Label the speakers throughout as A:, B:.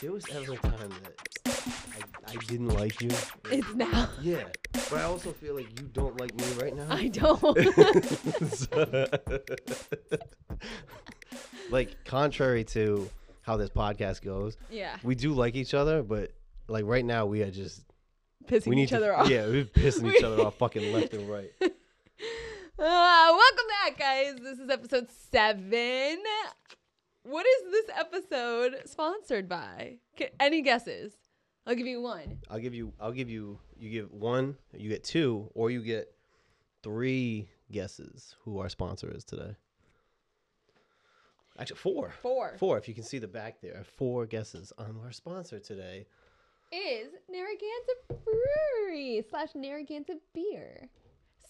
A: there was ever a time that I, I didn't like you,
B: It's now.
A: yeah, but I also feel like you don't like me right now.
B: I don't.
A: So- like contrary to how this podcast goes,
B: yeah.
A: we do like each other, but like right now we are just
B: Pissing
A: we need
B: each
A: to-
B: other off.
A: Yeah, we're pissing each other off fucking left and right.
B: Ah, welcome back, guys. This is episode seven. What is this episode sponsored by? Ca- Any guesses? I'll give you one.
A: I'll give you I'll give you you give one, you get two, or you get three guesses who our sponsor is today. Actually four.
B: Four.
A: Four, if you can see the back there, four guesses on our sponsor today.
B: Is Narragansett Brewery slash Narragansett Beer.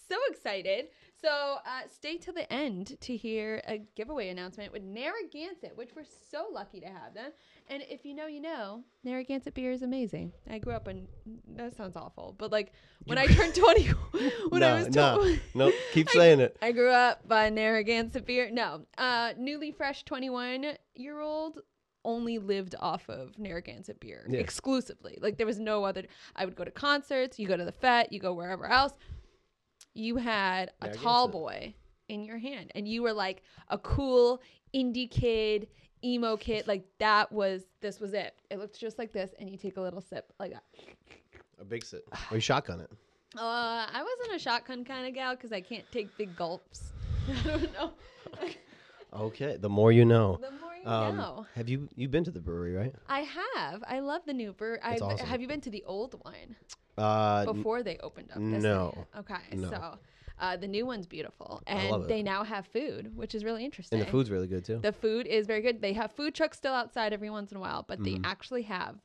B: So excited. So uh, stay till the end to hear a giveaway announcement with Narragansett, which we're so lucky to have them. And if you know, you know, Narragansett beer is amazing. I grew up in, that sounds awful, but like when I turned 20, when I was 20.
A: no, no, keep saying it.
B: I grew up by Narragansett beer. No, uh, newly fresh 21 year old only lived off of Narragansett beer
A: Yeah.
B: exclusively. Like there was no other. I would go to concerts. You go to the FET. You go wherever else. You had a tall
A: Narragansett.
B: boy in your hand, and you were like a cool indie kid, emo kid. Like that was this was it. It looked just like this, and you take a little sip like uh, that.
A: A big sip. Or you shotgun it.
B: Uh, I wasn't a shotgun kind of gal because I can't take big gulps. I don't know.
A: Okay. The more you know.
B: The more you
A: Um,
B: know.
A: Have you you been to the brewery, right?
B: I have. I love the new brew. I've,
A: awesome.
B: Have you been to the old one
A: Uh n-
B: before they opened up? This
A: no.
B: Okay.
A: No.
B: So uh, the new one's beautiful,
A: love
B: and
A: it.
B: they now have food, which is really interesting.
A: and the food's really good too.
B: The food is very good. They have food trucks still outside every once in a while, but
A: Mm-hmm.
B: they actually have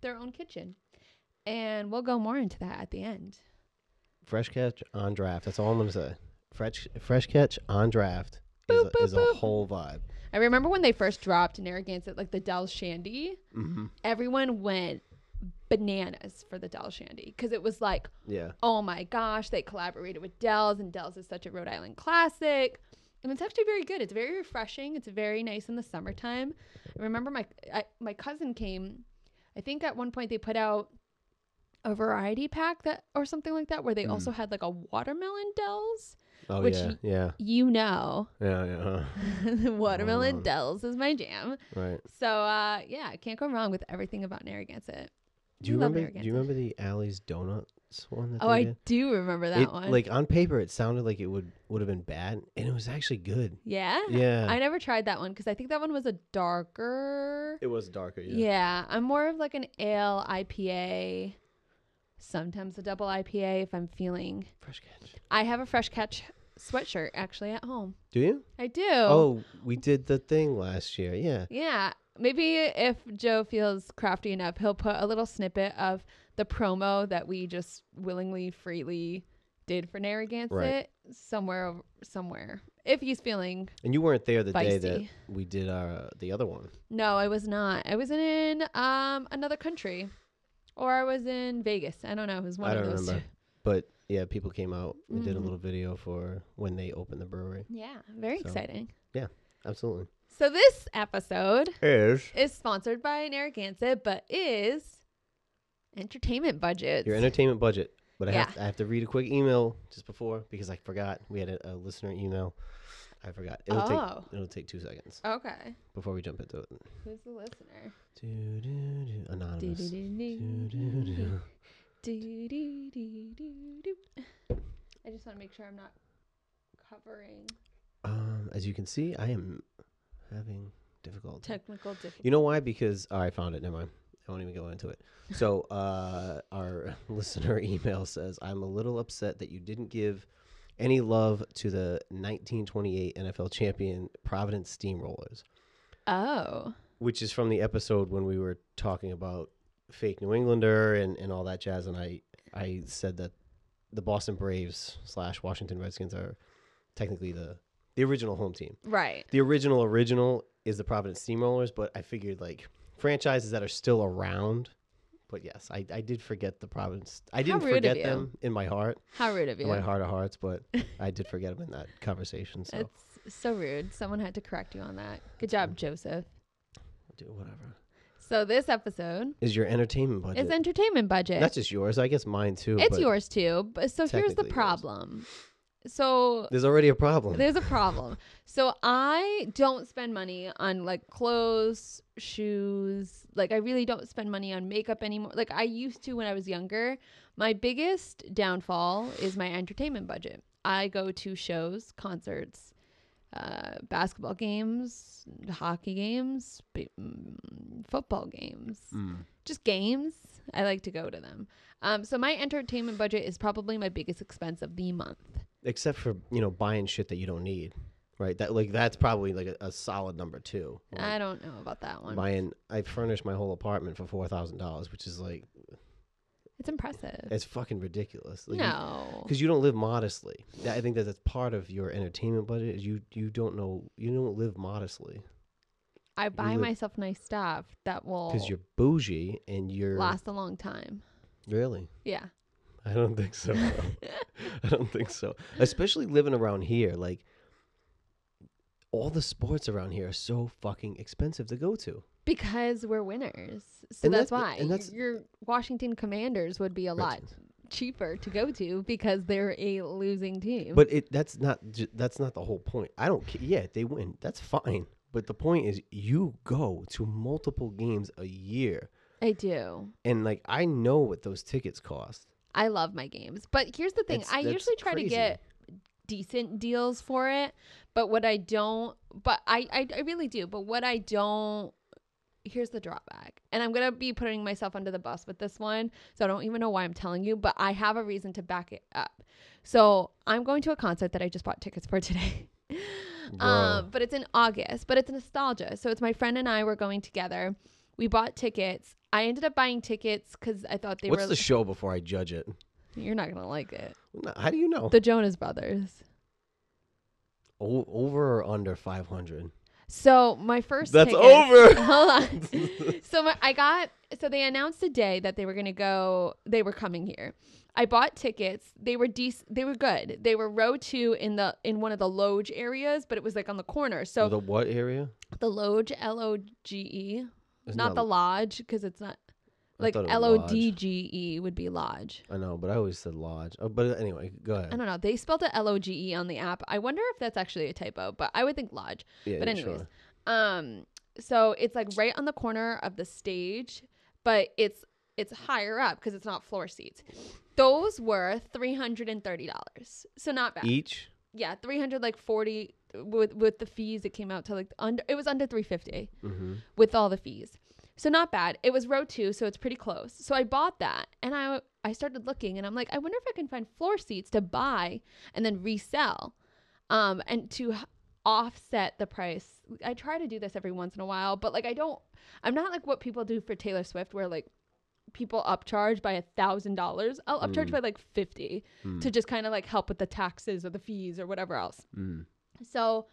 B: their own kitchen. And we'll go more into that at the end.
A: Fresh catch on draft. That's all I'm gonna say. Fresh fresh catch on draft is,
B: Boop,
A: a, is
B: boop,
A: a
B: boop.
A: whole vibe.
B: I remember when they first dropped Narragansett, like the Del Shandy,
A: Mm-hmm.
B: everyone went bananas for the Del Shandy because it was like
A: Yeah.
B: oh my gosh, they collaborated with Dell's, and Dell's is such a Rhode Island classic. And it's actually very good. It's very refreshing. It's very nice in the summertime. I remember my I, my cousin came. I think at one point they put out a variety pack that or something like that, where they also had like a watermelon Dell's.
A: Oh
B: Which
A: yeah,
B: y-
A: yeah.
B: You know,
A: Yeah, yeah. huh.
B: watermelon Dell's is my jam.
A: Right.
B: So uh, yeah, I can't go wrong with everything about Narragansett.
A: Do you
B: love
A: remember do you
B: Narragansett.
A: remember the Alley's donuts one that
B: Oh,
A: they
B: I
A: did?
B: do remember that
A: It-
B: one.
A: Like on paper it sounded like it would would have been bad and it was actually good.
B: yeah,
A: Yeah.
B: I never tried that one because I think that one was a darker.
A: it was darker,
B: Yeah. I'm more of like an ale IPA, sometimes a double IPA if I'm feeling.
A: Fresh catch.
B: I have a fresh catch sweatshirt actually at home.
A: Do you?
B: I do.
A: Oh, we did the thing last year. Yeah.
B: Yeah. Maybe if Joe feels crafty enough, he'll put a little snippet of the promo that we just willingly, freely did for Narragansett
A: Right.
B: somewhere, ov- somewhere. If he's feeling
A: And you weren't there the day that
B: Feisty.
A: we did our uh, the other one.
B: No, I was not. I was in um another country, or I was in Vegas. I don't know. It was one
A: I
B: of
A: don't
B: those.
A: remember.
B: two.
A: But yeah, people came out and did a
B: Mhm.
A: little video for when they opened the brewery.
B: Yeah, very
A: So-
B: exciting.
A: Absolutely.
B: So this episode
A: Is
B: is sponsored by Narragansett, but is entertainment budgets.
A: your entertainment budget. But I, have,
B: Yeah.
A: I have to read a quick email just before because I forgot. We had a, a listener email. I forgot. It'll
B: Oh.
A: take it'll take two seconds
B: okay.
A: before we jump into it.
B: Who's the listener?
A: Do, do, do. Anonymous. Do, do,
B: Do-do-do-do.
A: do.
B: Do-do-do-do-do. I just want to make sure I'm not covering
A: Um, as you can see, I am having difficulty.
B: technical difficulties.
A: You know why? Because oh, I found it. Never mind. I won't even go into it. So uh, our listener email says, "I'm a little upset that you didn't give any love to the 1928 NFL champion Providence Steamrollers,
B: Oh,
A: which is from the episode when we were talking about fake New Englander and, and all that jazz. And I I said that the Boston Braves slash Washington Redskins are technically the the original home team
B: right.
A: the original original is the Providence Steamrollers, but I figured like franchises that are still around. But yes, I, I did forget the Providence. I didn't
B: rude of
A: forget
B: you.
A: them in my heart,
B: How rude of you.
A: in my heart of hearts, but I did forget them in that conversation. So
B: It's so rude. Someone had to correct you on that. Good job, Joseph.
A: do whatever.
B: So this episode
A: Is your entertainment budget?
B: is entertainment budget.
A: Not just yours. I guess mine too.
B: it's
A: but
B: yours too. But so here's
A: technically
B: the
A: yours.
B: problem. So
A: There's already a problem.
B: there's a problem. So I don't spend money on like clothes, shoes. Like I really don't spend money on makeup anymore. Like I used to when I was younger. My biggest downfall is my entertainment budget. I go to shows, concerts, uh, basketball games, hockey games, b- mm, football games,
A: Mm.
B: just games. I like to go to them. Um, so my entertainment budget is probably my biggest expense of the month.
A: Except for you know buying shit that you don't need, right? That like that's probably like a, a solid number two.
B: I don't know about that one.
A: Buying, I furnished my whole apartment for four thousand dollars, which is like
B: It's impressive.
A: it's fucking ridiculous. Like,
B: no.
A: because you don't live modestly. That- I think that that's part of your entertainment budget. Is you you don't know you don't live modestly
B: I buy
A: live-
B: myself nice stuff that will
A: because you're bougie and you're
B: last a long time.
A: really.
B: Yeah.
A: I don't think so. no. I don't think so. Especially living around here, like all the sports around here are so fucking expensive to go to.
B: Because we're winners. So
A: And
B: that's
A: that's-
B: why.
A: and that's-
B: your Washington Commanders would be a lot cheaper to go to because they're a losing team.
A: But it that's not ju- that's not the whole point. I don't care. Yeah, they win. That's fine. But the point is, you go to multiple games a year,
B: I do.
A: and like I know what those tickets cost.
B: I love my games. But here's the thing
A: That's-
B: I
A: that's
B: usually try to
A: crazy.
B: get decent deals for it. But what I don't, but I, I, I really do. But what I don't, here's the drawback. And I'm going to be putting myself under the bus with this one. So I don't even know why I'm telling you, but I have a reason to back it up. So I'm going to a concert that I just bought tickets for today.
A: Wow.
B: Um, but it's in August, but it's nostalgia. So it's my friend and I were going together. We bought tickets. I ended up buying tickets because I thought they
A: What's
B: were.
A: the show before I judge it?
B: You're not gonna like it.
A: No, How do you know?
B: The Jonas Brothers.
A: O- over or under five hundred?
B: So my first
A: That's
B: tickets-
A: over.
B: Hold on. so my, I got so they announced a day that they were gonna go. They were coming here. I bought tickets. They were dec- They were good. They were row two in the in one of the loge areas, but it was like on the corner. So
A: Oh, The what area?
B: the, loge, L O G E,
A: It's
B: not the lodge, because it's not like
A: thought it was
B: L O D G E would be lodge.
A: I know, but I always said lodge. Oh, but anyway, go ahead.
B: I don't know. They spelled it L O G E on the app. I wonder if that's actually a typo, but I would think lodge.
A: Yeah,
B: but
A: yeah,
B: anyways
A: sure.
B: um so it's like right on the corner of the stage but it's it's higher up because it's not floor seats those were $330 so not bad
A: each.
B: yeah 300 like 40 with with the fees it came out to like under it was under 350
A: Mm-hmm.
B: with all the fees. So not bad. It was row two, so it's pretty close. So I bought that, and I I started looking, and I'm like, I wonder if I can find floor seats to buy and then resell, um, and to h- offset the price. I try to do this every once in a while, but like I don't, I'm not like what people do for Taylor Swift, where like people upcharge by a thousand dollars. I'll upcharge
A: Mm.
B: by like fifty
A: Hmm,
B: to just kind of like help with the taxes or the fees or whatever else.
A: hmm.
B: So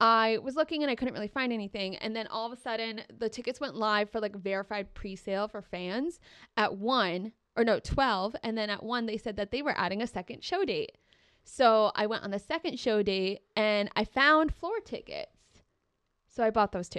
B: I was looking and I couldn't really find anything. And then all of a sudden, the tickets went live for like verified pre sale for fans at one or no, 12. And then at one, they said that they were adding a second show date. So I went on the second show date and I found floor tickets. So I bought those two.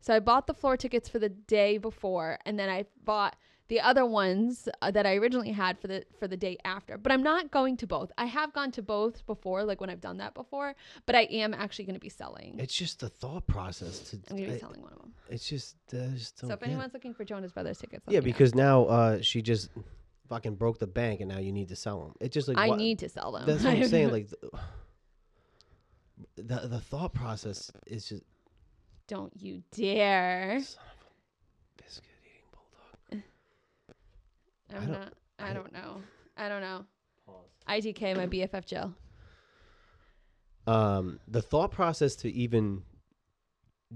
B: So I bought the floor tickets for the day before, and then I bought the other ones uh, that I originally had for the for the day after. But I'm not going to both. I have gone to both before, like when I've done that before. But I am actually going to be selling.
A: It's just the thought process. To,
B: I'm going to be
A: I-
B: selling one of them.
A: it's just, I just
B: So
A: don't
B: if
A: get it.
B: anyone's looking for Jonas Brothers tickets, let
A: yeah,
B: me know.
A: because now uh, she just fucking broke the bank, and now you need to sell them. It's just like
B: I
A: wha-
B: need to sell them.
A: That's what
B: I
A: I'm
B: have
A: saying.
B: no-
A: Like th- the the thought process is just
B: don't you dare!
A: son of a biscuit eating bulldog.
B: I'm
A: don't-
B: not. I,
A: I-
B: don't know. I don't know. IDK, my BFF Jill.
A: um, the thought process to even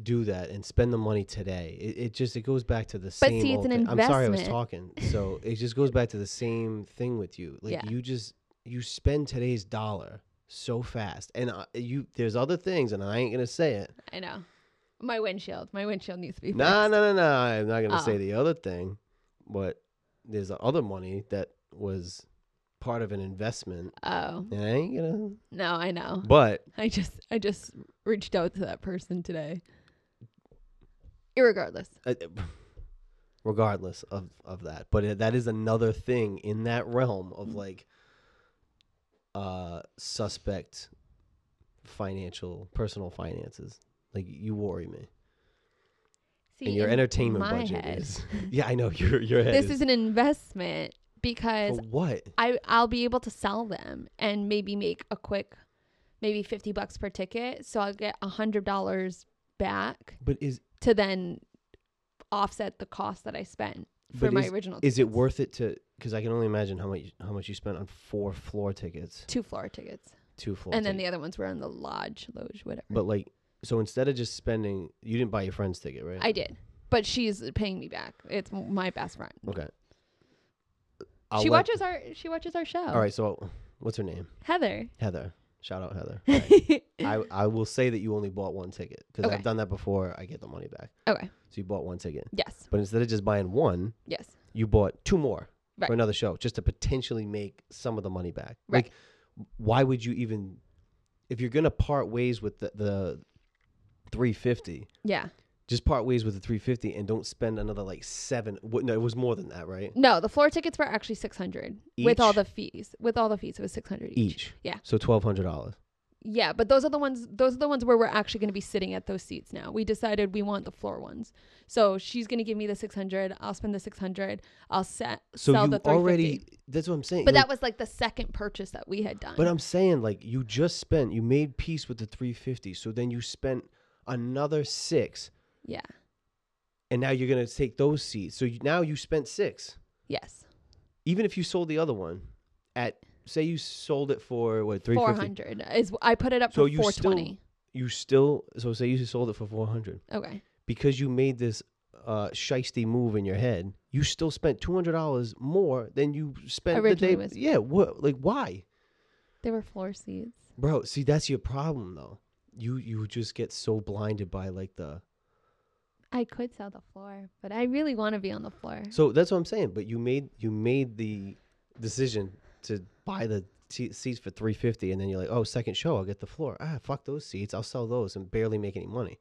A: do that and spend the money today it, it just it goes back to the same
B: see, it's
A: old
B: an
A: thing. i'm sorry i was
B: investment.
A: talking so it just goes back to the same thing with you like
B: Yeah.
A: you just you spend today's dollar so fast and uh, you there's other things and i ain't gonna say it
B: I know. My windshield. My windshield needs to be.
A: no no no no i'm not gonna
B: Oh.
A: say the other thing but there's other money that was part of an investment
B: Oh
A: and i ain't gonna
B: no, I know.
A: but
B: I just I just reached out to that person today. Irregardless.
A: I, Uh, eh, regardless of of that. But it, that is another thing in that realm
B: Mm.
A: of like uh suspect financial personal finances. Like you worry me.
B: See,
A: and your
B: in
A: entertainment
B: my
A: budget
B: head,
A: is Yeah, I know your your head
B: this
A: is,
B: is an investment because
A: for what?
B: I I'll be able to sell them and maybe make a quick, maybe fifty bucks per ticket. So I'll get a hundred dollars back
A: But is
B: to then offset the cost that I spent for
A: But
B: my original.
A: is it
B: tickets.
A: worth it to cuz I can only imagine how much how much you spent on four floor tickets,
B: two floor tickets?
A: two floor
B: And
A: tickets.
B: then the other ones were in the lodge, loge, whatever.
A: But like, so instead of just spending, you didn't buy your friend's ticket, right?
B: I did, but she's paying me back. It's m- my best friend.
A: okay. I'll
B: she
A: let-
B: watches our she watches our show.
A: All right. So, what's her name?
B: Heather.
A: Heather. Shout out Heather. All right. I I will say that you only bought one ticket because
B: Okay.
A: I've done that before. I get the money back.
B: Okay.
A: So you bought one ticket,
B: Yes.
A: but instead of just buying one,
B: Yes.
A: you bought two more
B: Right.
A: for another show just to potentially make some of the money back.
B: Right.
A: Like, why would you even? If you're gonna part ways with the, the 350,
B: Yeah.
A: just part ways with the 350 and don't spend another like seven what, no it was more than that right
B: No, the floor tickets were actually six hundred with all
A: Each?
B: the fees. With all the fees, it was six hundred each.
A: each
B: Yeah.
A: so $1200
B: Yeah, but those are the ones. Those are the ones where we're actually going to be sitting at those seats now. We decided we want the floor ones, so she's going to give me the six hundred. I'll spend the six hundred. I'll set
A: so
B: sell
A: you
B: the three fifty.
A: already that's what i'm saying
B: But
A: like-
B: that was like the second purchase that we had done.
A: but i'm saying like you just spent you made peace with the 350 so then you spent another six
B: yeah.
A: and now you're gonna take those seats so you, now you spent six
B: Yes.
A: even if you sold the other one at say you sold it for what
B: Four
A: 350
B: hundred is I put it up
A: So
B: for
A: you
B: four
A: still-
B: twenty.
A: you still so say you sold it for 400
B: Okay.
A: because you made this uh shisty move in your head, you still spent two hundred dollars more than you spent
B: Originally
A: the
B: was-
A: day. Yeah, what like why?
B: They were floor seats.
A: Bro, see that's your problem though. You you just get so blinded by like the
B: I could sell the floor, but I really want to be on the floor.
A: So that's what I'm saying, but you made you made the decision to buy the t- seats for 350 and then you're like, "Oh, second show, I'll get the floor." Ah, fuck those seats. I'll sell those and barely make any money.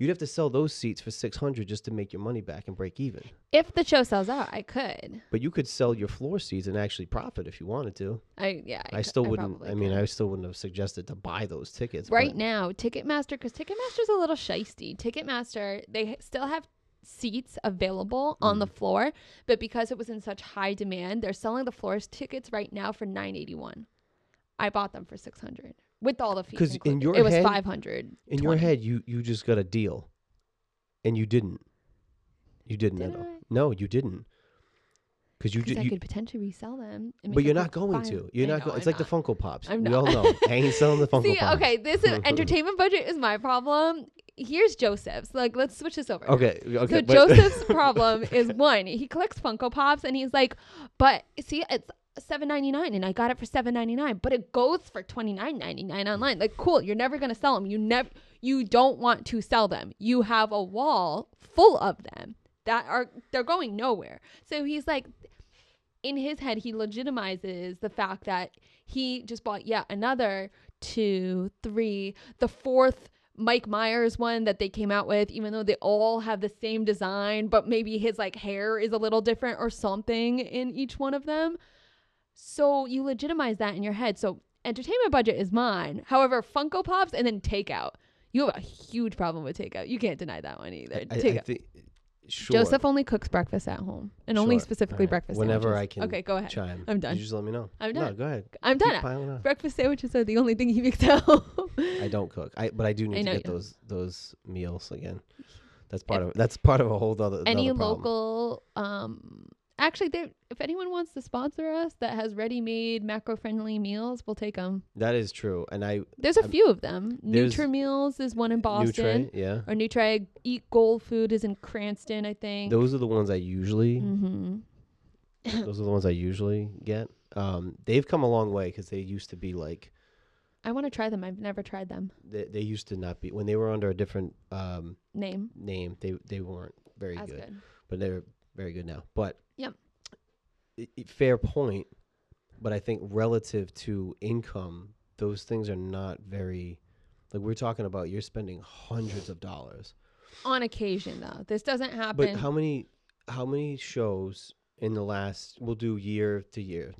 A: You'd have to sell those seats for 600 just to make your money back and break even.
B: If the show sells out, I could.
A: But you could sell your floor seats and actually profit if you wanted to.
B: I yeah.
A: I
B: cou-
A: still wouldn't.
B: probably
A: I mean,
B: could.
A: I still wouldn't have suggested to buy those tickets.
B: right
A: but-
B: now ticketmaster because ticketmaster's a little shisty ticketmaster they h- still have seats available on the
A: Mm.
B: floor but because it was in such high demand they're selling the floors tickets right now for 981 i bought them for 600 with all the fees
A: 'Cause in
B: included.
A: your
B: it was
A: head-
B: 500
A: in your head, you you just got a deal, and you didn't. You didn't
B: Did
A: at all.
B: I?
A: No, you didn't. Because you,
B: because
A: did.
B: i
A: you
B: could potentially resell them and
A: but
B: make
A: you're
B: up
A: not
B: for
A: going
B: five-
A: to. You're
B: I
A: not.
B: know,
A: going. It's
B: I'm
A: like the Funko Pops.
B: I'm
A: we
B: not.
A: all know. I ain't selling the Funko
B: See,
A: Pops.
B: okay, this is entertainment budget is my problem. Here's Joseph's. Like, let's switch this over.
A: Okay. Okay.
B: So
A: but-
B: Joseph's problem is one, he collects Funko Pops and he's like, but see, it's seven ninety nine and I got it for seven ninety nine, but it goes for twenty nine ninety nine online. Like, cool, you're never gonna sell them. You never, you don't want to sell them. You have a wall full of them that are they're going nowhere. So he's like, in his head, he legitimizes the fact that he just bought yet another two, three, the fourth Mike Myers one that they came out with, even though they all have the same design, but maybe his like hair is a little different or something in each one of them. So you legitimize that in your head. So entertainment budget is mine. However, Funko Pops and then takeout. You have a huge problem with takeout. You can't deny that one either.
A: I, I
B: takeout.
A: think. Sure.
B: Joseph only cooks breakfast at home and only
A: Sure.
B: specifically
A: Alright.
B: breakfast
A: Whenever
B: sandwiches.
A: I can
B: Okay, go ahead.
A: Chime.
B: I'm done.
A: You just let me know.
B: I'm
A: No,
B: done.
A: go ahead.
B: I'm
A: Keep
B: done.
A: piling on.
B: Breakfast sandwiches are the only thing he makes at home.
A: I don't cook. I but I do need
B: know
A: to get
B: you-
A: those those meals again. That's part of that's part of a whole other
B: Any
A: another problem.
B: local, um, actually, there. If anyone wants to sponsor us that has ready-made macro-friendly meals, we'll take them.
A: That is true, and I
B: There's a
A: I'm-
B: few of them.
A: there's-
B: Nutra Meals is one in
A: Nutray,
B: Boston,
A: yeah.
B: or Nutra Eat Gold Food is in Cranston, I think.
A: Those are the ones I usually.
B: mm-hmm.
A: Those are the ones I usually get. Um, they've come a long way because they used to be like
B: I want to try them. I've never tried them.
A: they, they used to not be when they were under a different um,
B: Name
A: name. They they weren't very
B: as
A: good,
B: good.
A: but they're very good now. But
B: Yep.
A: i- i- fair point. But I think relative to income, those things are not very. Like we're talking about, you're spending hundreds of dollars.
B: On occasion, though, this doesn't
A: But
B: happen.
A: how many? how many shows in the last we'll do year to year,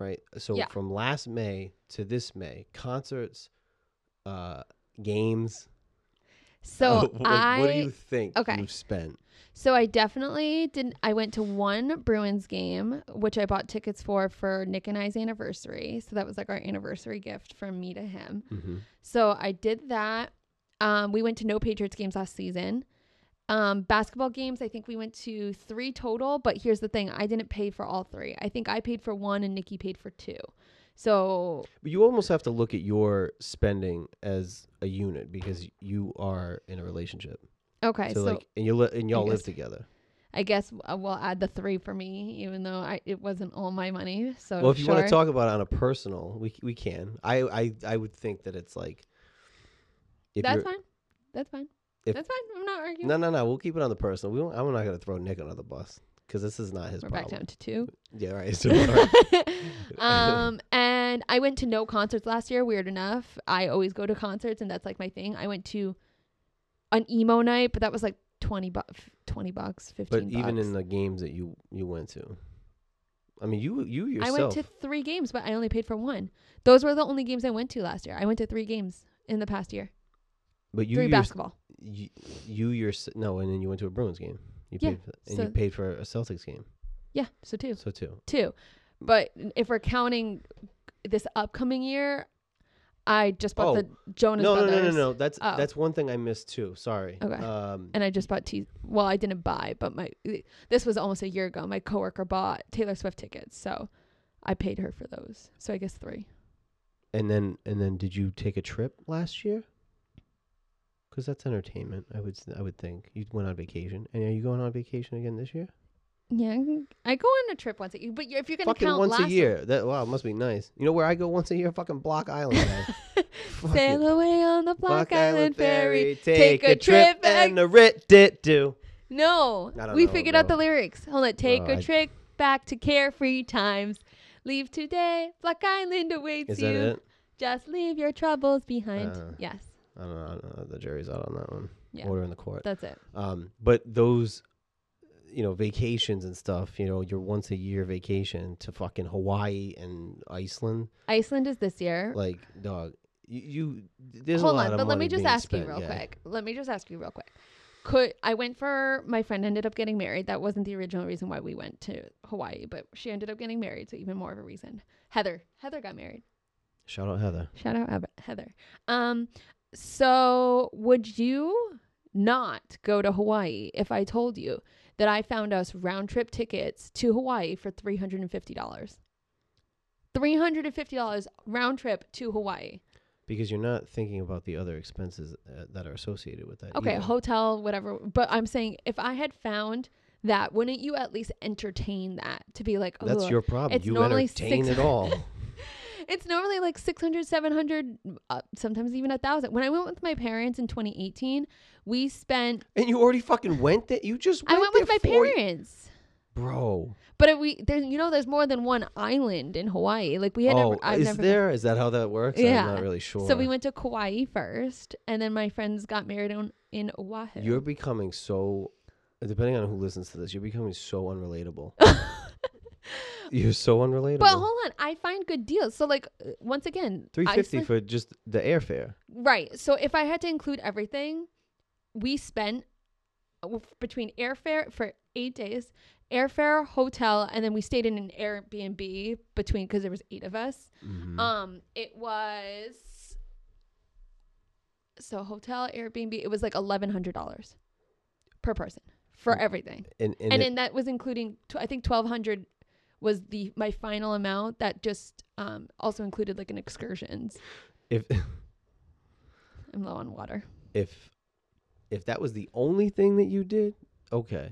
A: right? So
B: Yeah.
A: from last May to this May, concerts, uh, games.
B: So
A: like,
B: I
A: what do you think
B: okay.
A: you've spent?
B: So I definitely didn't. I went to one Bruins game, which I bought tickets for for Nick and I's anniversary. So that was like our anniversary gift from me to him.
A: Mm-hmm.
B: So I did that. Um, we went to no Patriots games last season. Um, basketball games, I think we went to three total. But here's the thing: I didn't pay for all three. I think I paid for one, and Nikki paid for two. So
A: But you almost have to look at your spending as a unit because you are in a relationship.
B: okay,
A: so,
B: so
A: like, and you li- and y'all live
B: guess-
A: together.
B: I guess uh, we'll add the three for me, even though I, it wasn't all my money. So
A: Well, if you want
B: sure.
A: to talk about it on a personal, we c- we can. I I, I would think that it's like. If
B: that's
A: you're-
B: fine. That's fine.
A: if-
B: That's fine. I'm not arguing.
A: No, no, no. We'll keep it on the personal. We won't, I'm not going to throw Nick under the bus because this is not his
B: We're back
A: problem.
B: down to two.
A: Yeah, right. So, all right.
B: um, and I went to no concerts last year. Weird enough, I always go to concerts, and that's like my thing. I went to an emo night, but that was like twenty bucks, twenty bucks,
A: but
B: fifteen.
A: even
B: bucks.
A: in the games that you you went to, I mean, you you yourself.
B: I went to three games, but I only paid for one. Those were the only games I went to last year. I went to three games in the past year.
A: but you
B: three
A: yours-
B: basketball.
A: you, you your no, and then you went to a Bruins game. You
B: Yeah,
A: paid for, and you
B: so-
A: paid for a Celtics game.
B: Yeah, so two,
A: So two.
B: two. But if we're counting this upcoming year, I just bought
A: Oh.
B: the Jonas
A: no, no,
B: Brothers.
A: no, no, no. That's
B: Oh.
A: that's one thing I missed too. Sorry.
B: Okay.
A: Um,
B: and I just bought T. Well, I didn't buy, but my this was almost a year ago. My coworker bought Taylor Swift tickets, so I paid her for those. So I guess three.
A: and then and then did you take a trip last year? Because that's entertainment. I would s- I would think you went on vacation. And are you going on vacation again this year?
B: Yeah, I can- I go on a trip once a year, but if you're gonna
A: fucking
B: count
A: once
B: last
A: a year. That wow, must be nice. You know where I go once a year? Fucking Block Island. man. Fuck
B: sail
A: it.
B: away on the Block, Island, ferry.
A: take, a trip and a writ dit do.
B: No,
A: I don't
B: we
A: know,
B: figured out
A: bro.
B: the lyrics. Hold on, take
A: Oh,
B: a
A: I-
B: trip back to carefree times. Leave today, Block Island awaits
A: Is that
B: you.
A: it?
B: Just leave your troubles behind.
A: Uh.
B: yes,
A: I don't know. I don't know. The jury's out on that one.
B: Yeah.
A: Order in the court.
B: that's it.
A: Um, but those, you know, vacations and stuff. You know, your once a year vacation to fucking Hawaii and Iceland.
B: Iceland is this year.
A: Like, dog, you. you there's a
B: Hold
A: lot
B: on,
A: of
B: but let
A: money
B: me just
A: being
B: ask
A: spent,
B: you real
A: yeah.
B: quick. Let me just ask you real quick. Could I went for my friend ended up getting married. That wasn't the original reason why we went to Hawaii, but she ended up getting married, so even more of a reason. Heather, Heather got married.
A: Shout out Heather.
B: Shout out Heather- Heather. Um, so would you not go to Hawaii if I told you that I found us round trip tickets to Hawaii for three hundred and fifty dollars? Three hundred and fifty dollars round trip to Hawaii.
A: Because you're not thinking about the other expenses uh, that are associated with that.
B: Okay,
A: either.
B: hotel, whatever. But I'm saying if I had found that, wouldn't you at least entertain that to be like,
A: That's
B: "Ugh,
A: your problem.
B: it's
A: you
B: normally
A: entertain
B: six-
A: it all.
B: It's normally like 600, 700, uh, sometimes even a thousand. When I went with my parents in 2018, we spent,
A: And you already fucking went there. You just went
B: I went with
A: there
B: my
A: for y-
B: parents.
A: Bro.
B: But if we, there, you know, there's more than one island in Hawaii. Like we had,
A: oh,
B: never, I've
A: is
B: never
A: there? Is that how that works?
B: Yeah.
A: I'm not really sure.
B: So we went to Kauai first, and then my friends got married on, in Oahu.
A: You're becoming so. Depending on who listens to this, you're becoming so unrelatable. you're so unrelatable.
B: but hold on, I find good deals. So like, uh, once again,
A: Three fifty
B: Iceland-
A: for just the airfare.
B: Right. So if I had to include everything, we spent uh, w- between airfare for eight days, airfare, hotel, and then we stayed in an Airbnb between because there was eight of us.
A: Mm-hmm.
B: Um, it was so hotel, Airbnb. It was like eleven hundred dollars per person for everything,
A: and Mm. and,
B: and,
A: it-
B: then that was including tw- I think twelve hundred was the my final amount that just um also included like an excursions.
A: if
B: I'm low on water.
A: if if that was the only thing that you did, okay.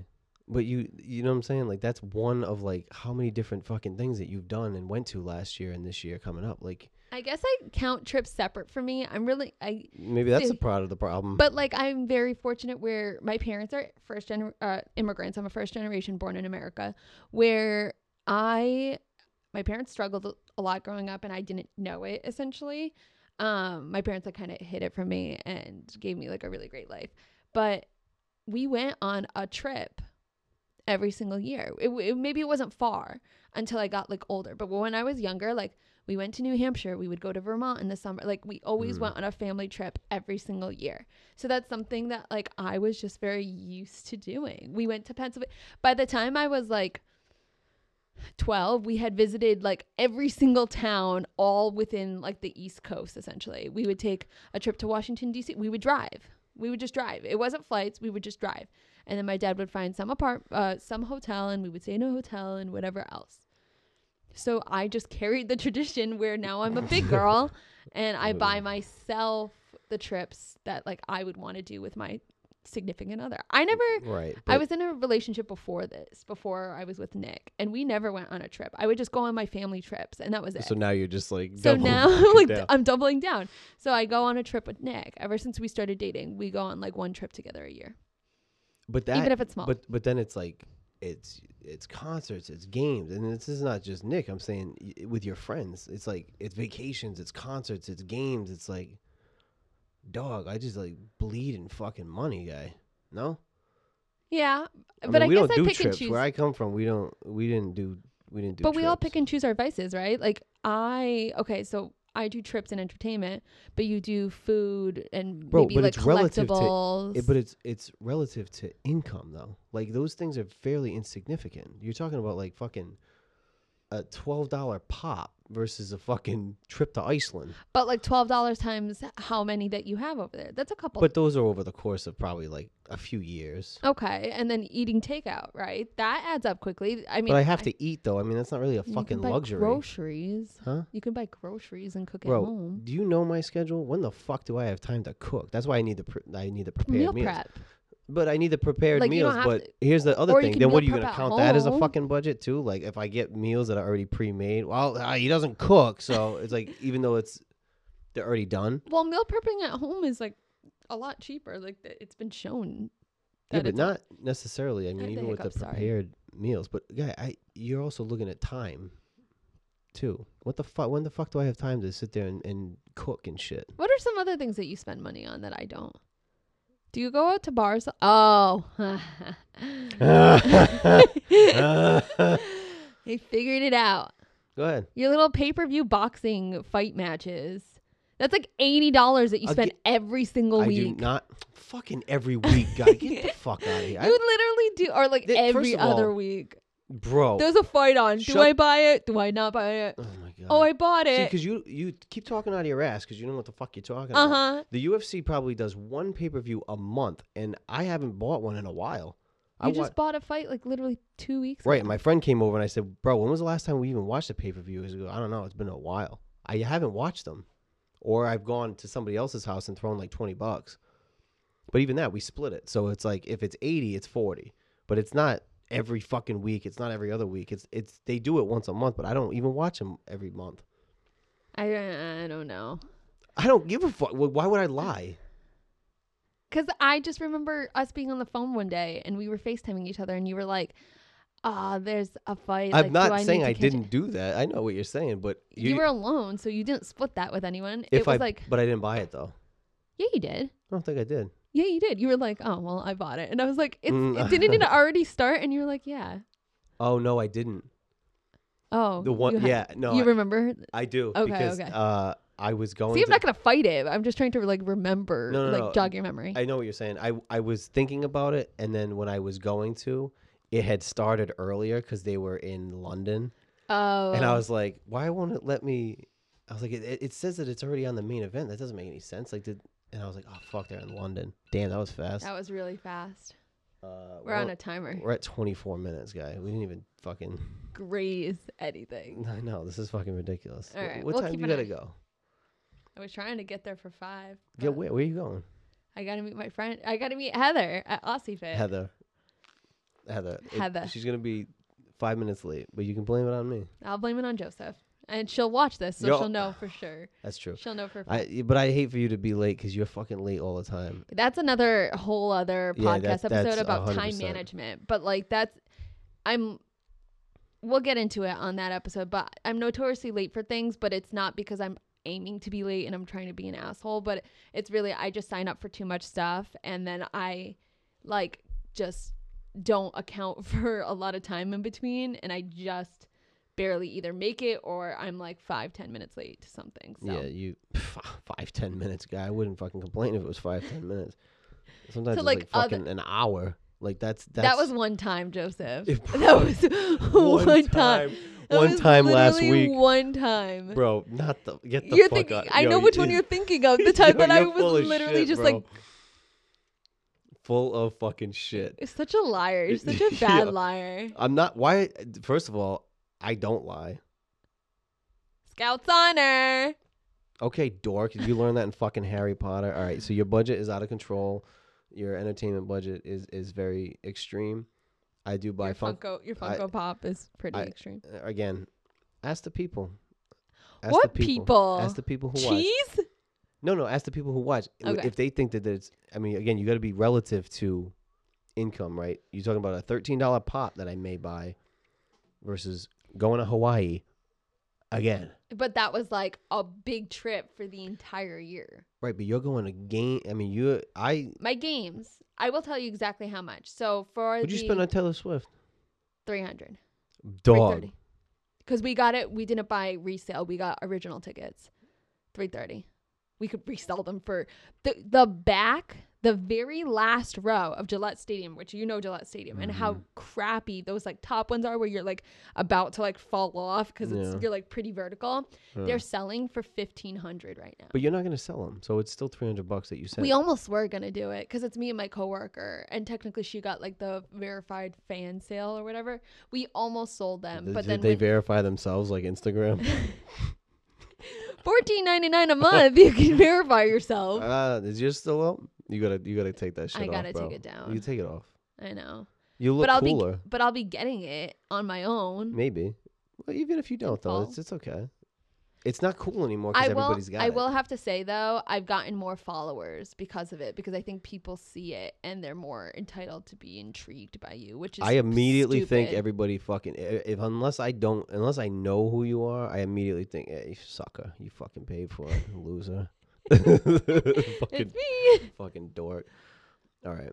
A: But you you know what I'm saying? Like that's one of like how many different fucking things that you've done and went to last year and this year coming up. Like
B: I guess I count trips separate for me. I'm really I
A: maybe that's a
B: See,
A: part of the problem.
B: but like I'm very fortunate where my parents are first gen uh, immigrants. I'm a first generation born in America where I my parents struggled a lot growing up and I didn't know it essentially. Um my parents like kind of hid it from me and gave me like a really great life. But we went on a trip every single year. It, w- it- maybe it wasn't far until I got like older, but when I was younger, like we went to New Hampshire, we would go to Vermont in the summer. Like we always
A: Mm.
B: went on a family trip every single year. So that's something that like I was just very used to doing. We went to Pennsylvania. By the time I was like 12, we had visited like every single town all within like the East Coast essentially. We would take a trip to Washington D.C. We would drive. We would just drive. It wasn't flights. We would just drive. And then my dad would find some apart uh, some hotel and we would stay in a hotel and whatever else. So I just carried the tradition where now I'm a big girl and I buy
A: Ooh.
B: myself the trips that like I would want to do with my significant other. I never
A: Right.
B: I
A: but-
B: was in a relationship before this, before I was with Nick, and we never went on a trip. I would just go on my family trips and that was it.
A: So now you're just like.
B: So
A: doubling
B: now
A: back
B: like
A: down.
B: I'm doubling down. So I go on a trip with Nick. Ever since we started dating, we go on like one trip together a year.
A: but that,
B: even if it's small.
A: But but then it's like it's it's concerts, it's games, and this is not just Nick. I'm saying y- with your friends, it's like it's vacations, it's concerts, it's games. It's like, dog, I just like bleed in fucking money, guy. No,
B: Yeah.
A: I
B: but
A: mean,
B: I
A: we
B: guess
A: don't
B: I
A: do
B: pick and
A: trips.
B: choose.
A: Where I come from, we don't we didn't do we didn't do.
B: but we all pick
A: trips.
B: and choose our vices, right? Like I okay, so I do trips and entertainment, but you do food and
A: Bro,
B: maybe
A: but
B: like
A: it's relative to- it-
B: collectibles.
A: It, but it's it's relative to income though. Like those things are fairly insignificant. You're talking about like fucking a twelve dollar pop versus a fucking trip to Iceland.
B: But, like twelve dollars times how many that you have over there. That's a couple
A: But those are over the course of probably like a few years.
B: Okay. And then eating takeout, right? That adds up quickly. I mean
A: but I have to eat though. I mean, that's not really a
B: you can
A: fucking
B: buy
A: luxury,
B: Groceries.
A: huh?
B: You can buy groceries and cook at
A: Bro,
B: home.
A: do you know my schedule? When the fuck do I have time to cook? That's why I need the pre- I need the prepared
B: Meal
A: meals.
B: prep.
A: But I need the prepared
B: Like, you don't
A: meals.
B: have
A: But
B: to-
A: here's the other
B: or you
A: thing.
B: can
A: Then what are
B: meal
A: you gonna
B: prep at
A: count that as a
B: home.
A: fucking budget too? Like if I get meals that are already pre-made, well, uh, he doesn't cook, so it's like even though it's they're already done.
B: Well, meal prepping at home is like a lot cheaper. Like th- it's been shown.
A: Yeah,
B: that
A: but
B: it's a-
A: not necessarily. I mean,
B: had the
A: even with the
B: hiccups, sorry.
A: prepared meals. But guy, I you're also looking at time, too. What the fuck? When the fuck do I have time to sit there and, and cook and shit?
B: What are some other things that you spend money on that I don't? Do you go out to bars? Oh, he figured it out.
A: Go ahead.
B: Your little pay-per-view boxing fight matches. That's like eighty dollars that you
A: I'll
B: spend
A: get-
B: every single
A: I
B: week.
A: do not fucking every week, guy. Get the fuck out of here, I,
B: you literally do, or like
A: Th- first
B: every
A: of all-
B: other week.
A: bro.
B: There's a fight on.
A: Shut-
B: Do I buy it? Do I not buy it?
A: oh my god.
B: Oh, I bought it.
A: because you you keep talking out of your ass because you don't know what the fuck you're talking
B: Uh
A: about.
B: huh.
A: The UFC probably does one pay per view a month, and I haven't bought one in a while. I
B: You
A: wa-
B: just bought a fight like literally two weeks.
A: Right.
B: ago.
A: My friend came over and I said, Bro, when was the last time we even watched a pay per view? He goes, I don't know. It's been a while. I haven't watched them. Or I've gone to somebody else's house and thrown like 20 bucks. But even that, we split it. So it's like if it's 80, it's 40. But it's not every fucking week. It's not every other week. It's, it's, they do it once a month, but I don't even watch them every month.
B: I I don't know.
A: I don't give a fuck. Why would I lie?
B: Cause I just remember us being on the phone one day and we were FaceTiming each other and you were like, "Ah, there's a fight." like,
A: I'm
B: do
A: not
B: need
A: saying
B: to
A: I
B: catch it?"
A: didn't do that. I know what you're saying, but
B: You, were alone, so you didn't split that with anyone.
A: if
B: it was
A: I,
B: like,
A: but I didn't buy it though.
B: yeah, you did.
A: I don't think I did.
B: Yeah, you did. You were like, "Oh, well, I bought it," and I was like, "It's
A: Mm.
B: it, didn't it already start?" And you were like, "Yeah."
A: Oh no, I didn't.
B: Oh,
A: The one,
B: you ha-
A: yeah, no,
B: you
A: I-
B: remember?
A: I do
B: Okay,
A: because
B: okay.
A: uh, I was going.
B: See, I'm
A: to,
B: not gonna fight it. I'm just trying to like remember,
A: No, no,
B: like
A: no.
B: jog your memory.
A: I know what you're saying. I I was thinking about it, and then when I was going to, it had started earlier because they were in London,
B: oh,
A: and I was like, why won't it let me? I was like, it, it- it says that it's already on the main event. That doesn't make any sense. Like, did and I was like, oh fuck, they're in London. Damn, that was fast.
B: that was really fast.
A: uh,
B: We're on a timer.
A: we're at 24 minutes, guy. We didn't even fucking.
B: Graze anything.
A: I know this is fucking ridiculous.
B: All
A: Wh-
B: right,
A: what
B: we'll
A: time
B: keep
A: do you
B: an
A: gotta
B: eye.
A: go?
B: I was trying to get there for five.
A: Yeah,
B: but
A: where, where are you going,
B: I gotta meet my friend. I gotta meet Heather at Aussie Fit.
A: Heather? Heather. it-
B: Uh, Heather.
A: she's gonna be five minutes late, but you can blame it on me.
B: I'll blame it on Joseph, and she'll watch this, so
A: Yo-
B: she'll know for sure.
A: That's true.
B: She'll know for.
A: I y- but I hate for you to be late because you're fucking late all the time.
B: that's another whole other
A: Yeah,
B: podcast
A: that's-
B: episode
A: that's
B: about time
A: 100%.
B: management. But like that's, I'm. We'll get into it on that episode, but I'm notoriously late for things, but it's not because I'm aiming to be late and I'm trying to be an asshole, but it's really I just sign up for too much stuff and then I like just don't account for a lot of time in between and I just barely either make it or I'm like five, ten minutes late to something. So
A: Yeah, you five ten minutes, guy. I wouldn't fucking complain if it was five ten minutes. Sometimes
B: To,
A: it's
B: like,
A: like,
B: other-
A: fucking an hour. Like that's that's
B: that was one time, Joseph.
A: It
B: That was one, time. That
A: one
B: was
A: time last
B: literally
A: week,
B: One time.
A: bro. Not the get the
B: you're
A: fuck
B: thinking.
A: out.
B: I
A: Yo,
B: know
A: you-
B: which one you're thinking of. The time
A: Yo,
B: that I
A: you're full
B: was
A: of
B: literally
A: shit,
B: just
A: bro.
B: like,
A: full of fucking shit.
B: "You're such a liar. You're such a
A: Yeah.
B: bad liar."
A: I'm not. Why? First of all, I don't lie.
B: Scouts honor.
A: Okay, dork. You learn that in fucking Harry Potter. All right. So your budget is out of control. Your entertainment budget is is very extreme. I do buy
B: Your
A: funk.
B: Funko, your
A: I-
B: Funko Pop is pretty
A: I-
B: extreme.
A: Again, ask the people. Ask
B: What
A: the people?
B: people?
A: Ask the people who watch.
B: Cheese?
A: No, no. Ask the people who watch W-
B: Okay.
A: if they think that it's. I mean, again, you got to be relative to income, right? You're talking about a thirteen dollar pop that I may buy versus going to Hawaii again,
B: But that was like a big trip for the entire year.
A: right? But you're going to game. I mean, you. I.
B: My games. I will tell you exactly how much. So for
A: Would
B: the
A: you spend on Taylor Swift?
B: three hundred.
A: Dog.
B: Because we got it. We didn't buy resale. We got original tickets. Three thirty. We could resell them for the the back, the very last row of Gillette Stadium, which you know Gillette Stadium, and how
A: Mm-hmm.
B: crappy those like top ones are, where you're like about to like fall off because
A: Yeah.
B: it's you're like pretty vertical.
A: Yeah.
B: They're selling for fifteen hundred right now.
A: But you're not going to sell them, so it's still three hundred bucks that you sent.
B: We almost were gonna do it because it's me and my coworker, and technically she got like the verified fan sale or whatever. We almost sold them,
A: Did-
B: but
A: did
B: then
A: they
B: when-
A: verify themselves like Instagram?
B: Fourteen ninety nine a month. You can verify yourself.
A: uh, is yours still up? You gotta, you gotta take that shit
B: I
A: off,
B: gotta
A: bro.
B: take it down.
A: You take it off.
B: I know,
A: You look
B: but I'll
A: cooler.
B: be but I'll be getting it on my own.
A: Maybe. Well, even if you don't, though,
B: fall.
A: it's, it's okay. It's not cool anymore because
B: I will.
A: everybody's got
B: I
A: it.
B: will have to say though, I've gotten more followers because of it. Because I think people see it and they're more entitled to be intrigued by you, which is
A: I immediately think
B: stupid.
A: everybody fucking i- if unless I don't unless I know who you are, I immediately think, hey, sucker, you fucking paid for it, loser, fucking
B: it's me.
A: fucking dork. All right,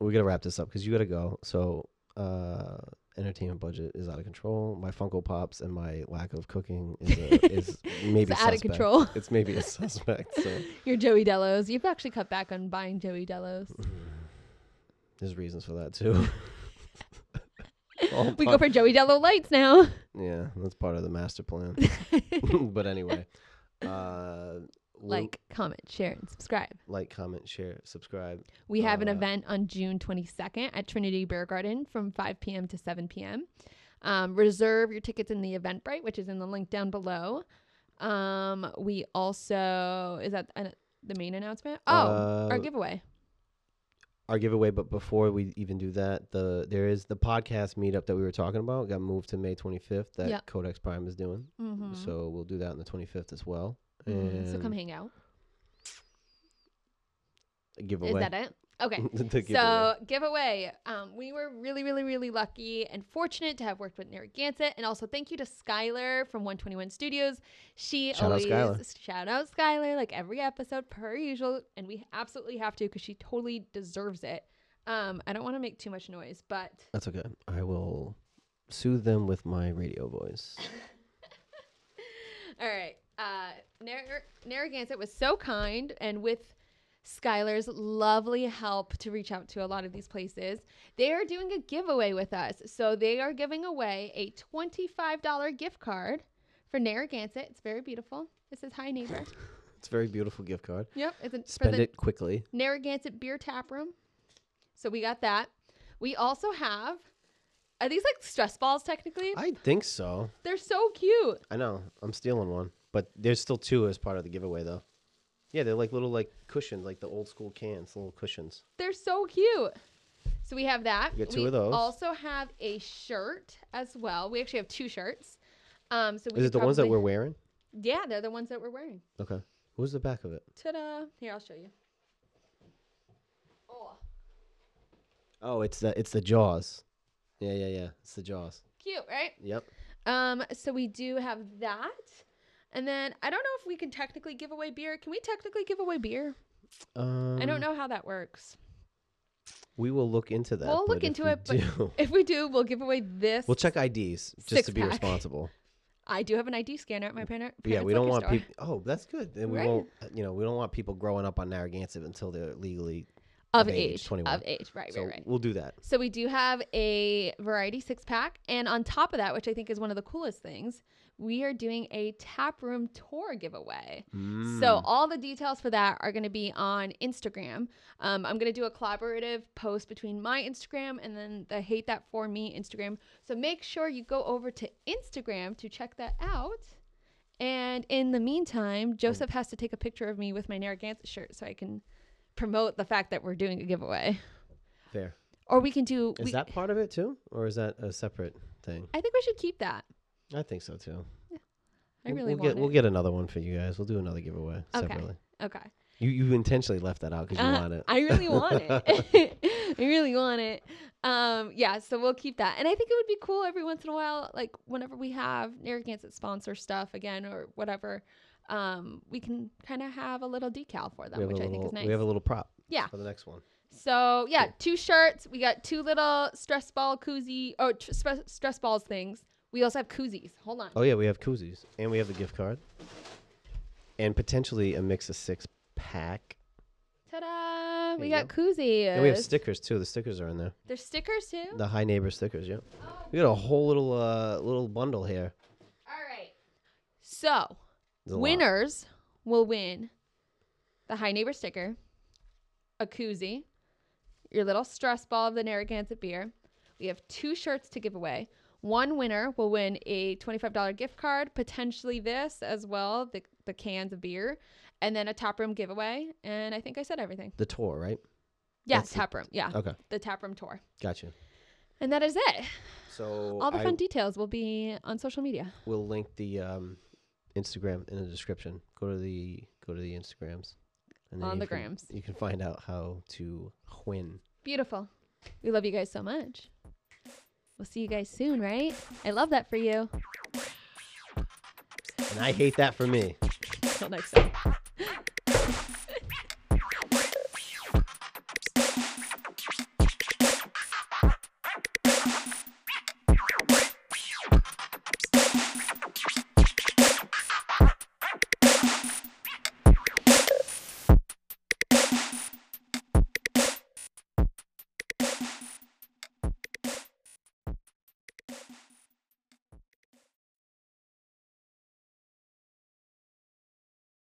A: we gotta wrap this up because you gotta go. So, uh, entertainment budget is out of control. My Funko Pops and my lack of cooking is a, is maybe
B: it's out of
A: suspect.
B: control.
A: It's maybe a suspect. So.
B: You're Joey Delos. You've actually cut back on buying Joey Delos.
A: There's reasons for that too. All
B: We go
A: part-
B: for Joey Delo lights now.
A: yeah, that's part of the master plan. but anyway, uh, we-
B: like, comment, share, and subscribe.
A: like, comment, share, subscribe.
B: We have an
A: Uh,
B: event on June 22nd at Trinity Beer Garden from 5 p.m. to 7 p.m. Um, reserve your tickets in the Eventbrite, which is in the link down below. Um, we also is that an, the main announcement? Oh,
A: Uh,
B: our giveaway.
A: Our giveaway, but before we even do that, the there is the podcast meetup that we were talking about got moved to May 25th that
B: Yeah.
A: Codex Prime is doing.
B: Mm-hmm.
A: So we'll do that on the 25th as well.
B: so come
A: And
B: hang out.
A: a Giveaway.
B: Is that it? Okay.
A: The giveaway.
B: So giveaway. Um, we were really, really, really lucky and fortunate to have worked with Narragansett, and also thank you to Skylar from 121 Studios. She
A: Shout out
B: always
A: Skylar.
B: shout out Skylar like every episode per usual, and we absolutely have to because she totally deserves it. Um, I don't want to make too much noise, but
A: that's okay. I will soothe them with my radio voice.
B: all right. Uh, Narr- Narragansett was so kind, and with Skylar's lovely help to reach out to a lot of these places. They are doing a giveaway with us. So they are giving away a $25 gift card for Narragansett. It's very beautiful. This is Hi Neighbor.
A: It's a very beautiful gift card.
B: yep. It's a, for
A: Spend
B: the
A: it quickly.
B: Narragansett Beer Tap Room. So we got that. We also have, are these like stress balls technically?
A: I think so.
B: They're so cute.
A: I know. I'm stealing one, but there's still two as part of the giveaway, though. Yeah, they're like little like cushions, like the old school cans, little cushions.
B: They're so cute. So we have that.
A: You got two
B: we
A: of those.
B: also have a shirt as well. We actually have two shirts. Um, so we
A: Is
B: could
A: it the ones that
B: probably-
A: we're wearing?
B: Yeah, they're the ones that we're wearing.
A: Okay. Who's the back of it?
B: Ta-da! Here, I'll show you. Oh,
A: Oh, it's the it's the Jaws. Yeah, yeah, yeah. It's the Jaws.
B: cute, right?
A: Yep.
B: Um, so we do have that, and then I don't know if we can technically give away beer. Can we technically give away beer?
A: Um,
B: I don't know how that works.
A: We will look into that.
B: We'll
A: but
B: look
A: if
B: into
A: we
B: it, but-
A: do-
B: If we do, we'll give away this.
A: we'll check IDs just to be
B: Six-pack.
A: responsible.
B: I do have an ID scanner at my parent.
A: But yeah,
B: parents'
A: we don't
B: liquor
A: want
B: store.
A: people. Oh, that's good. Then we
B: Right.
A: won't. You know, we don't want people growing up on Narragansett until they're legally.
B: of
A: of age,
B: age,
A: 21.
B: of age, right,
A: so
B: right, right.
A: we'll do that.
B: So we do have a variety six pack, and on top of that, which I think is one of the coolest things, we are doing a tap room tour giveaway. So
A: Mm.
B: all the details for that are going to be on Instagram. Um, I'm going to do a collaborative post between my Instagram and then the Hate That For Me Instagram. So make sure you go over to Instagram to check that out. And in the
A: Hmm.
B: meantime, Joseph has to take a picture of me with my Narragansett shirt so I can promote the fact that we're doing a giveaway.
A: fair.
B: Or we can do.
A: Is
B: we-
A: that part of it too, or is that a separate thing?
B: I think we should keep that.
A: I think so too.
B: I
A: We'll-
B: really
A: we'll
B: want
A: get we'll
B: it.
A: get another one for you guys. We'll do another giveaway
B: Okay.
A: separately.
B: okay.
A: You you intentionally left that out because you
B: Uh,
A: want it.
B: I really want it. I really want it. Um, yeah, so we'll keep that. And I think it would be cool every once in a while, like whenever we have Narragansett sponsor stuff again or whatever, um, we can kind of have a little decal for them,
A: we have
B: which
A: a
B: I
A: little,
B: think is nice.
A: We have a little prop.
B: Yeah.
A: For the next one.
B: so, yeah,
A: Cool.
B: two shirts. We got two little stress ball koozie, oh, tr- stress, stress balls things. We also have koozies. Hold on.
A: Oh yeah, we have koozies and we have the gift card, and potentially a mix of six pack.
B: Ta da! We
A: There you
B: got koozies.
A: And we have stickers too. The stickers are in there.
B: There's stickers too.
A: The high neighbor stickers. Yeah.
B: Oh,
A: We got a whole little uh little bundle here.
B: All right. So,
A: It's a lot.
B: winners will win the High Neighbor sticker, a koozie, your little stress ball of the Narragansett beer. We have two shirts to give away. One winner will win a $25 gift card, potentially this as well, the, the cans of beer, and then a tap room giveaway. And I think I said everything.
A: The tour, right?
B: Yeah,
A: That's Uh, the-
B: tap room. Yeah,
A: Okay,
B: the tap room tour.
A: gotcha.
B: And that is it.
A: So
B: All the
A: I
B: fun details will be on social media.
A: will link the um, Instagram in the description. Go to the go to the Instagrams. And then
B: On
A: you
B: the
A: can-
B: grams.
A: you can find out how to win.
B: Beautiful. We love you guys so much. We'll see you guys soon, right? I love that for you.
A: And I hate that for me.
B: Till next time.